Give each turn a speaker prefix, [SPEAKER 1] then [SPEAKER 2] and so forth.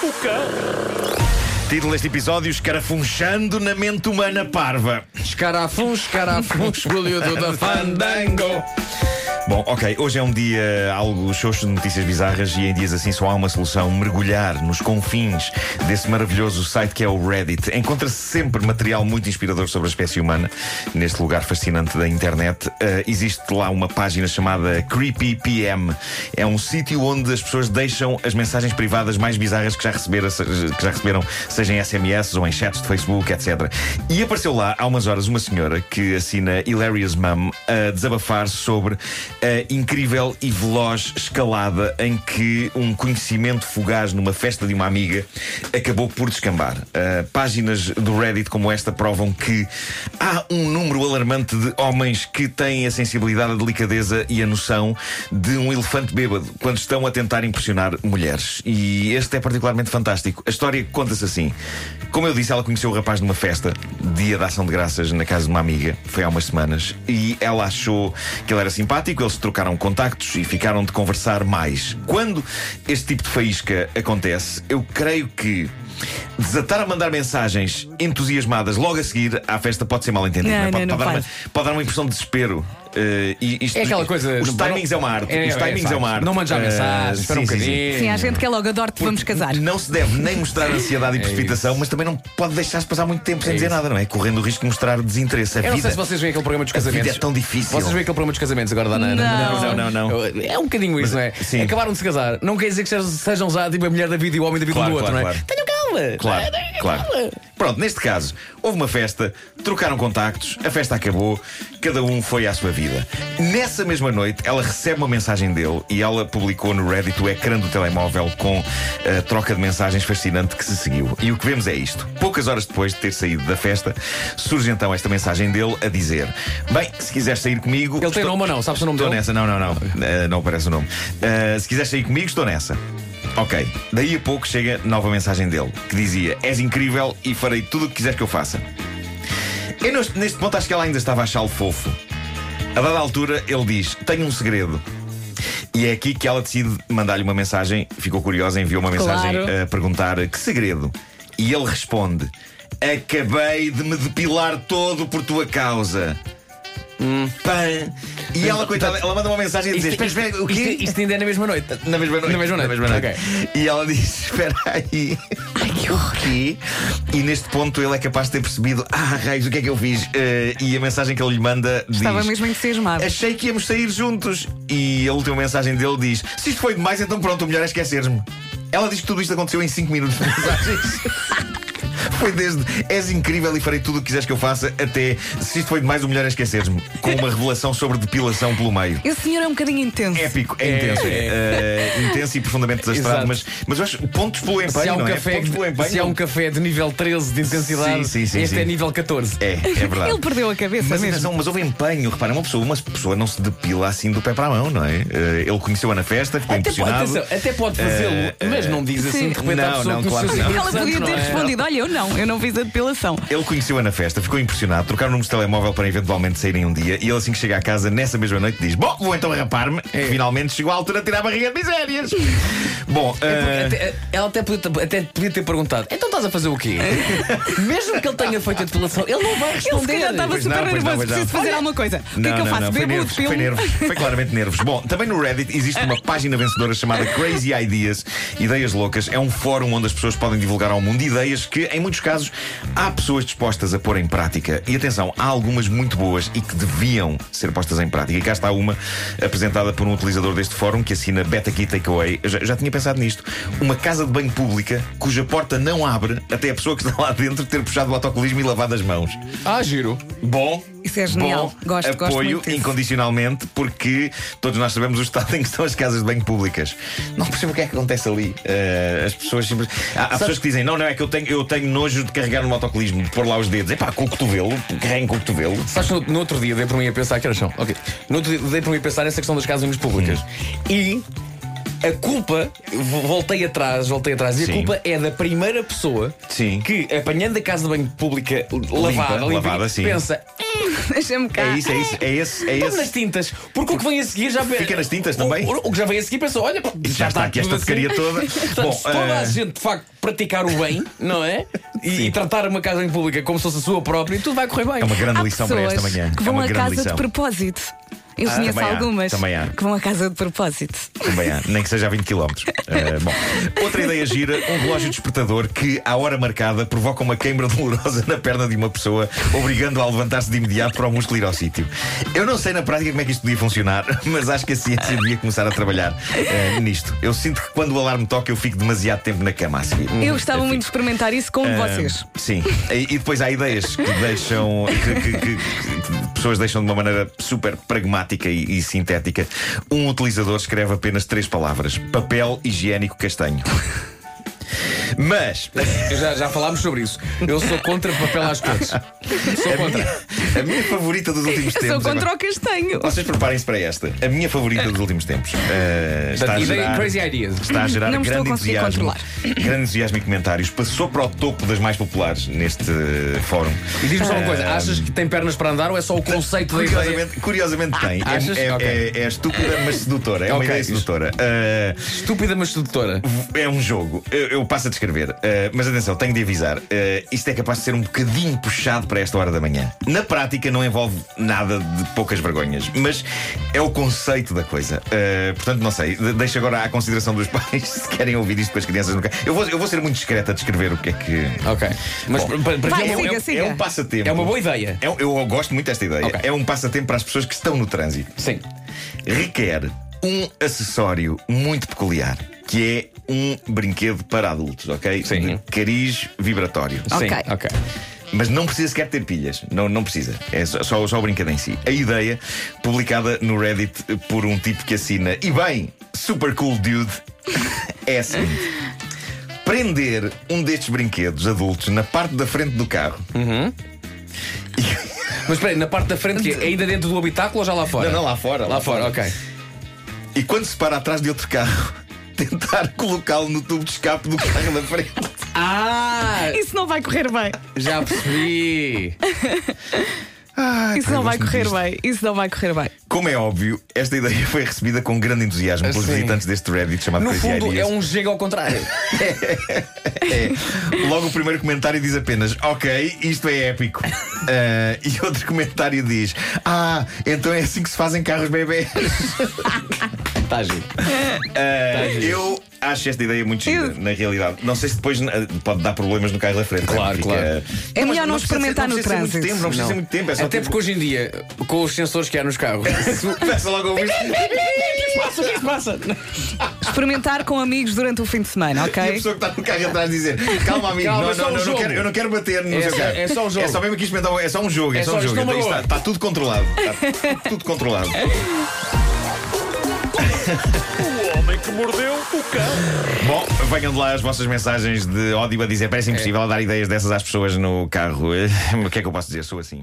[SPEAKER 1] nunca.
[SPEAKER 2] Título deste episódio: Escarafunchando na mente humana parva.
[SPEAKER 3] Escarafuns, escarafuns, goleador Um da Fandango.
[SPEAKER 2] Bom, ok, hoje é um dia algo xoxo de notícias bizarras e em dias assim só há uma solução: mergulhar nos confins desse maravilhoso site que é o Reddit. Encontra-se sempre material muito inspirador sobre a espécie humana neste lugar fascinante da internet. Eh, existe lá uma página chamada Creepy PM. É um sítio onde as pessoas deixam as mensagens privadas mais bizarras que já receberam, que já receberam seja em SMS ou em chats de Facebook, etc. E apareceu lá há umas horas uma senhora que assina Hilarious Mum a desabafar sobre a incrível e veloz escalada em que um conhecimento fugaz numa festa de uma amiga acabou por descambar. Ah, páginas do Reddit como esta provam que há um número alarmante de homens que têm a sensibilidade, a delicadeza e a noção de um elefante bêbado quando estão a tentar impressionar mulheres. E este é particularmente fantástico. A história conta-se assim. Como eu disse, ela conheceu o rapaz numa festa, dia da ação de graças, na casa de uma amiga, foi há umas semanas, e ela achou que ele era simpático, eles trocaram contactos e ficaram de conversar mais. Quando este tipo de faísca acontece, eu creio que desatar a mandar mensagens entusiasmadas logo a seguir à festa pode ser mal entendido.
[SPEAKER 4] Não,
[SPEAKER 2] é?
[SPEAKER 4] não,
[SPEAKER 2] pode,
[SPEAKER 4] não
[SPEAKER 2] pode dar uma,
[SPEAKER 4] faz.
[SPEAKER 2] pode dar uma impressão de desespero. Eh, e isto-
[SPEAKER 3] É aquela coisa.
[SPEAKER 2] Os
[SPEAKER 3] não-
[SPEAKER 2] timings é uma arte.
[SPEAKER 3] É,
[SPEAKER 2] os
[SPEAKER 3] é,
[SPEAKER 2] timings é,
[SPEAKER 3] faz.
[SPEAKER 2] uma arte.
[SPEAKER 3] Não mandes já
[SPEAKER 2] Eh,
[SPEAKER 3] mensagem, espera um
[SPEAKER 2] sim, sim, sim.
[SPEAKER 3] bocadinho.
[SPEAKER 4] Sim, há gente que é logo adoro-te, vamos casar.
[SPEAKER 2] Não se deve nem mostrar ansiedade e precipitação, mas também não pode deixar-se passar muito tempo sem dizer
[SPEAKER 3] É isso.
[SPEAKER 2] nada, não é? Correndo o risco de mostrar desinteresse. A
[SPEAKER 3] Eu não sei
[SPEAKER 2] vida,
[SPEAKER 3] se vocês veem aquele programa dos
[SPEAKER 2] a vida
[SPEAKER 3] casamentos.
[SPEAKER 2] é tão difícil.
[SPEAKER 3] Vocês veem aquele programa dos casamentos agora da Nana?
[SPEAKER 4] Não.
[SPEAKER 2] Não, não, não.
[SPEAKER 3] É um bocadinho isso, não é?
[SPEAKER 2] sim.
[SPEAKER 3] Acabaram de se casar. Não quer dizer que sejam- sejam já tipo a mulher da vida e o homem da vida
[SPEAKER 2] Claro,
[SPEAKER 3] do outro,
[SPEAKER 2] claro,
[SPEAKER 3] não é?
[SPEAKER 2] claro.
[SPEAKER 3] Tenham calma.
[SPEAKER 2] Claro, claro.
[SPEAKER 3] É
[SPEAKER 2] Pronto, neste caso, houve uma festa, trocaram contactos, a festa acabou, cada um foi à sua vida. Nessa mesma noite, ela recebe uma mensagem dele e ela publicou no Reddit o ecrã do telemóvel com a troca de mensagens fascinante que se seguiu. E o que vemos é isto. Poucas horas depois de ter saído da festa, surge então esta mensagem dele a dizer: Bem, se quiseres sair comigo.
[SPEAKER 3] Ele tem nome ou não? Sabes o nome
[SPEAKER 2] Estou
[SPEAKER 3] dele?
[SPEAKER 2] nessa, não, não, não. Eh, não aparece o nome. Eh, se quiseres sair comigo, estou nessa. Ok. Daí a pouco chega nova mensagem dele, que dizia: És incrível e farei tudo o que quiseres que eu faça. Eu nos- neste ponto acho que ela ainda estava a achá-lo fofo. A dada altura, ele diz: Tenho um segredo. E é aqui que ela decide mandar-lhe uma mensagem. Ficou curiosa, enviou uma mensagem eh,
[SPEAKER 4] Claro.
[SPEAKER 2] a perguntar: Que segredo? E ele responde: Acabei de me depilar todo por tua causa. Pã. E ela, coitada, ela manda uma mensagem a dizer: Espera, espera, o quê?
[SPEAKER 3] Isto, isto ainda é na mesma noite.
[SPEAKER 2] Na mesma noite.
[SPEAKER 3] Na mesma noite.
[SPEAKER 2] E ela diz: Espera aí. Ai, que horror. E neste ponto ele é capaz de ter percebido: Ah, raios, o que é que eu fiz? Eh, e a mensagem que ele lhe manda diz:
[SPEAKER 4] Estava mesmo entusiasmado.
[SPEAKER 2] Achei que íamos sair juntos. E a última mensagem dele diz: Se isto foi demais, então pronto, o melhor é esquecer-me. Ela diz que tudo isto aconteceu em 5 minutos de mensagens. Foi desde és incrível e farei tudo o que quiseres que eu faça até se isto foi demais, o melhor é esquecer-me. Com uma revelação sobre depilação pelo meio.
[SPEAKER 4] Esse senhor é um bocadinho intenso.
[SPEAKER 2] Épico, é,
[SPEAKER 3] É,
[SPEAKER 2] intenso.
[SPEAKER 3] é.
[SPEAKER 2] Eh, intenso e profundamente desastrado.
[SPEAKER 3] Exato.
[SPEAKER 2] Mas, mas eu acho pontos pelo empenho,
[SPEAKER 3] Se há, um
[SPEAKER 2] não é?
[SPEAKER 3] café,
[SPEAKER 2] Pontos pelo empenho.
[SPEAKER 3] se há um café de nível 13 de intensidade,
[SPEAKER 2] Sim, sim, sim,
[SPEAKER 3] este
[SPEAKER 2] sim.
[SPEAKER 3] é nível 14.
[SPEAKER 2] É, é verdade.
[SPEAKER 4] Ele perdeu a cabeça
[SPEAKER 2] Mas,
[SPEAKER 4] mesmo.
[SPEAKER 2] atenção, mas houve empenho, repara, uma pessoa, uma pessoa não se depila assim do pé para a mão, não é? Eh, ele conheceu-a na festa, ficou
[SPEAKER 3] Até pode,
[SPEAKER 2] impressionado.
[SPEAKER 3] atenção, é- até pode fazê-lo,
[SPEAKER 2] Eh, eh,
[SPEAKER 3] mas não diz assim
[SPEAKER 4] sim.
[SPEAKER 3] de repente à
[SPEAKER 2] Não,
[SPEAKER 3] pessoa
[SPEAKER 2] não,
[SPEAKER 3] que
[SPEAKER 2] claro que não. é
[SPEAKER 4] Ela podia
[SPEAKER 3] é?
[SPEAKER 4] ter respondido: Olha, eu não, eu não fiz a depilação.
[SPEAKER 2] Ele conheceu-a na festa, ficou impressionado, trocaram números de telemóvel para eventualmente saírem um dia e ele, assim que chega à casa, nessa mesma noite, diz: Bom, vou então rapar-me. que Finalmente chegou a altura de tirar a barriga de misérias. Bom, eh,
[SPEAKER 3] Ela até podia, ter- até podia ter perguntado: então estás a fazer o quê? Mesmo que ele tenha feito a depilação, ele não vai
[SPEAKER 4] Ele se
[SPEAKER 3] responder.
[SPEAKER 4] calhar estava
[SPEAKER 2] Pois não,
[SPEAKER 4] super
[SPEAKER 2] pois não,
[SPEAKER 4] nervoso,
[SPEAKER 2] pois não.
[SPEAKER 4] preciso fazer alguma coisa. O que é que eu faço?
[SPEAKER 2] Foi
[SPEAKER 4] Bebo o
[SPEAKER 2] nervos, foi
[SPEAKER 4] filme?
[SPEAKER 2] nervos, foi claramente nervos. Bom, também no Reddit existe uma página vencedora chamada Crazy Ideas, Ideias Loucas. É um fórum onde as pessoas podem divulgar ao mundo ideias que, em muitos casos, há pessoas dispostas a pôr em prática. E atenção, há algumas muito boas e que deviam ser postas em prática. E cá está uma apresentada por um utilizador deste fórum que assina Beta Key Takeaway. Eu Já, já tinha pensado nisto. Uma casa de banho pública cuja porta não abre até a pessoa que está lá dentro ter puxado o autocolismo e lavado as mãos.
[SPEAKER 3] Ah, giro.
[SPEAKER 2] Bom,
[SPEAKER 4] Isso é genial.
[SPEAKER 2] bom,
[SPEAKER 4] Gosto, gosto
[SPEAKER 2] apoio
[SPEAKER 4] muito disso.
[SPEAKER 2] incondicionalmente, porque todos nós sabemos o estado em que estão as casas de banho públicas. Não percebo o que é que acontece ali. Eh, as pessoas simples. Há, há pessoas que dizem: não, não, é que eu tenho, eu tenho nojo de carregar no autocolismo, de pôr lá os dedos. É pá, com o cotovelo, carreguem com o cotovelo.
[SPEAKER 3] Sabes, que no, no outro dia um dei para mim a pensar que era chão. Ok. No outro dia dei para mim a pensar nessa questão das casas públicas. E A culpa, vo- voltei atrás, voltei atrás, e
[SPEAKER 2] Sim.
[SPEAKER 3] a culpa é da primeira pessoa
[SPEAKER 2] Sim.
[SPEAKER 3] que, apanhando a casa de banho pública lavada, limpinha,
[SPEAKER 2] lavada, sim.
[SPEAKER 3] pensa,
[SPEAKER 4] Deixa-me cá.
[SPEAKER 2] É isso, é isso, é esse,
[SPEAKER 4] Então,
[SPEAKER 2] é
[SPEAKER 3] Estamos
[SPEAKER 2] esse.
[SPEAKER 3] Então, nas tintas, porque o que vem a seguir já
[SPEAKER 2] Fica nas tintas
[SPEAKER 3] o-
[SPEAKER 2] também.
[SPEAKER 3] O, o que já vem a seguir pensou, olha, pá,
[SPEAKER 2] Já está aqui
[SPEAKER 3] tudo assim."
[SPEAKER 2] esta porcaria toda.
[SPEAKER 3] Portanto,
[SPEAKER 2] Bom,
[SPEAKER 3] se toda a
[SPEAKER 2] eh,
[SPEAKER 3] gente de facto praticar o bem, não é? E, e tratar uma casa em pública como se fosse a sua própria, tudo vai correr bem.
[SPEAKER 2] É uma grande
[SPEAKER 4] Há
[SPEAKER 2] lição para esta
[SPEAKER 4] pessoas
[SPEAKER 2] manhã.
[SPEAKER 4] que
[SPEAKER 2] é
[SPEAKER 4] vão
[SPEAKER 2] uma
[SPEAKER 4] à
[SPEAKER 2] grande
[SPEAKER 4] casa
[SPEAKER 2] lição.
[SPEAKER 4] de
[SPEAKER 2] Ah,
[SPEAKER 4] propósito. Eu conheço
[SPEAKER 2] também há,
[SPEAKER 4] algumas
[SPEAKER 2] também há.
[SPEAKER 4] que vão à casa de propósito.
[SPEAKER 2] Também há, nem que seja a 20 km. Eh, bom. Outra ideia gira: um relógio despertador que, à hora marcada, provoca uma queimbra dolorosa na perna de uma pessoa, obrigando-a a levantar-se de imediato para o músculo ir ao sítio. Eu não sei na prática como é que isto podia funcionar, mas acho que a ciência devia começar a trabalhar eh, nisto. Eu sinto que quando o alarme toca, eu fico demasiado tempo na cama a seguir.
[SPEAKER 4] Eu gostava muito de experimentar isso com
[SPEAKER 2] Hum, é Ah,
[SPEAKER 4] vocês.
[SPEAKER 2] Sim. E, e depois há ideias que deixam. que, que- que- que pessoas deixam de uma maneira super pragmática e, e sintética. Um utilizador escreve apenas três palavras: papel higiênico castanho. Mas
[SPEAKER 3] Já, já falámos sobre isso. Eu sou contra papel às cores. Sou
[SPEAKER 2] a
[SPEAKER 3] contra.
[SPEAKER 2] É minha, a minha favorita dos últimos
[SPEAKER 4] Eu sou
[SPEAKER 2] tempos.
[SPEAKER 4] contra
[SPEAKER 2] agora-
[SPEAKER 4] o castanho.
[SPEAKER 2] Vocês preparem-se para esta. A minha favorita dos últimos tempos. Ah, está a
[SPEAKER 3] Portanto, ideia
[SPEAKER 2] gerar-
[SPEAKER 3] crazy ideas.
[SPEAKER 2] Está a gerar
[SPEAKER 4] Não me estou
[SPEAKER 2] grande
[SPEAKER 4] a conseguir
[SPEAKER 2] entusiasmo,
[SPEAKER 4] controlar.
[SPEAKER 2] grande entusiasmo e comentários. Passou para o topo das mais populares neste eh, fórum.
[SPEAKER 3] E diz-me só uma coisa: achas que tem pernas para andar ou é só o conceito da ideia?
[SPEAKER 2] Ehm. Curiosamente, curiosamente tem.
[SPEAKER 3] Ah, Achas?
[SPEAKER 2] É, é,
[SPEAKER 3] Ok.
[SPEAKER 2] é- é estúpida, mas sedutora. É uma
[SPEAKER 3] Ok.
[SPEAKER 2] ideia sedutora. Ah,
[SPEAKER 3] Estúpida, mas sedutora.
[SPEAKER 2] é um jogo. Eu, eu passo a descrever. Ah, mas atenção, tenho de avisar. Ah, isto é capaz de ser um bocadinho puxado para esta hora da manhã. Na prática, não envolve nada de poucas vergonhas. Mas é o conceito da coisa. Ah, portanto, não sei. De- Deixo agora à consideração dos pais se querem ouvir isto para as crianças. No... ca- Eu, vou, eu vou ser muito discreta a descrever o que é que.
[SPEAKER 3] Ok. Mas
[SPEAKER 2] Bom.
[SPEAKER 3] para, para
[SPEAKER 4] Vai,
[SPEAKER 3] ti é,
[SPEAKER 4] Ah, siga,
[SPEAKER 3] um- é um-
[SPEAKER 4] siga.
[SPEAKER 2] É um passatempo.
[SPEAKER 3] é uma boa ideia.
[SPEAKER 2] É um- eu gosto muito desta ideia.
[SPEAKER 3] Ok.
[SPEAKER 2] É um passatempo para as pessoas que estão no trânsito.
[SPEAKER 3] Sim.
[SPEAKER 2] requer um acessório muito peculiar, que é um brinquedo para adultos, ok?
[SPEAKER 3] Sim.
[SPEAKER 2] De cariz vibratório.
[SPEAKER 3] Sim.
[SPEAKER 4] Ok.
[SPEAKER 3] Ok.
[SPEAKER 2] Mas não precisa sequer ter pilhas. Não, não precisa. É só, só, só o brinquedo em si. A ideia, publicada no Reddit por um tipo que assina, e bem, super cool dude, é a seguinte. Prender um destes brinquedos adultos na parte da frente do carro.
[SPEAKER 3] Mas espera aí, na parte da frente, que é ainda dentro do habitáculo ou já lá fora?
[SPEAKER 2] Não, não, lá fora.
[SPEAKER 3] Tá Lá fora, ok.
[SPEAKER 2] E quando se para atrás de outro carro, tentar colocá-lo no tubo de escape do carro da frente.
[SPEAKER 3] Ah!
[SPEAKER 4] Isso não vai correr bem.
[SPEAKER 3] Já percebi.
[SPEAKER 4] Isso não vai correr bem. Isso não vai correr bem.
[SPEAKER 2] Como é óbvio, esta ideia foi recebida com grande entusiasmo pelos
[SPEAKER 3] Ah, Sim.
[SPEAKER 2] visitantes deste Reddit chamado
[SPEAKER 3] No
[SPEAKER 2] Crazy
[SPEAKER 3] fundo, é
[SPEAKER 2] Ideas.
[SPEAKER 3] um chega ao contrário.
[SPEAKER 2] É. Logo o primeiro comentário diz apenas: Ok, isto é épico. Ah, e outro comentário diz: Ah, então é assim que se fazem carros bebés.
[SPEAKER 3] Está Tá giro. Tá
[SPEAKER 2] Ah, eu acho esta ideia muito gira,
[SPEAKER 4] Eu-
[SPEAKER 2] na realidade. Não sei se depois ah, pode dar problemas no carro da frente.
[SPEAKER 3] Claro,
[SPEAKER 2] Fica-
[SPEAKER 3] claro.
[SPEAKER 4] É
[SPEAKER 2] Não, mas
[SPEAKER 4] melhor não
[SPEAKER 2] precisa ser-
[SPEAKER 4] experimentar no
[SPEAKER 2] precisa ser muito
[SPEAKER 4] trânsito.
[SPEAKER 2] tempo, Não precisa
[SPEAKER 3] Não.
[SPEAKER 2] ser muito tempo. É só
[SPEAKER 3] Até
[SPEAKER 2] tipo-
[SPEAKER 3] porque hoje em dia, com os sensores que há nos carros,
[SPEAKER 2] Começa logo a ouvir.
[SPEAKER 3] passa, o que é que passa?
[SPEAKER 4] Experimentar com amigos durante o fim de semana,
[SPEAKER 2] E a
[SPEAKER 4] ok?
[SPEAKER 2] pessoa que está no carro atrás dizer Calma, amigo,
[SPEAKER 3] Calma,
[SPEAKER 2] não,
[SPEAKER 3] é só
[SPEAKER 2] não,
[SPEAKER 3] um
[SPEAKER 2] não, não
[SPEAKER 3] jogo.
[SPEAKER 2] quero, eu não quero bater no
[SPEAKER 3] É
[SPEAKER 2] seu
[SPEAKER 3] só-
[SPEAKER 2] carro.
[SPEAKER 3] é só um jogo.
[SPEAKER 2] É só mesmo que isto então, é só um jogo, é,
[SPEAKER 3] É
[SPEAKER 2] só
[SPEAKER 3] só
[SPEAKER 2] um
[SPEAKER 3] isto
[SPEAKER 2] jogo.
[SPEAKER 3] não
[SPEAKER 2] Então, isto
[SPEAKER 3] magoa.
[SPEAKER 2] está, está tudo controlado. Está tudo controlado.
[SPEAKER 1] O homem que mordeu o cão.
[SPEAKER 2] Bom, venham de lá as vossas mensagens de ódio a dizer Parece impossível dar ideias dessas às pessoas no carro. Eh, O que é que eu posso dizer? Sou assim.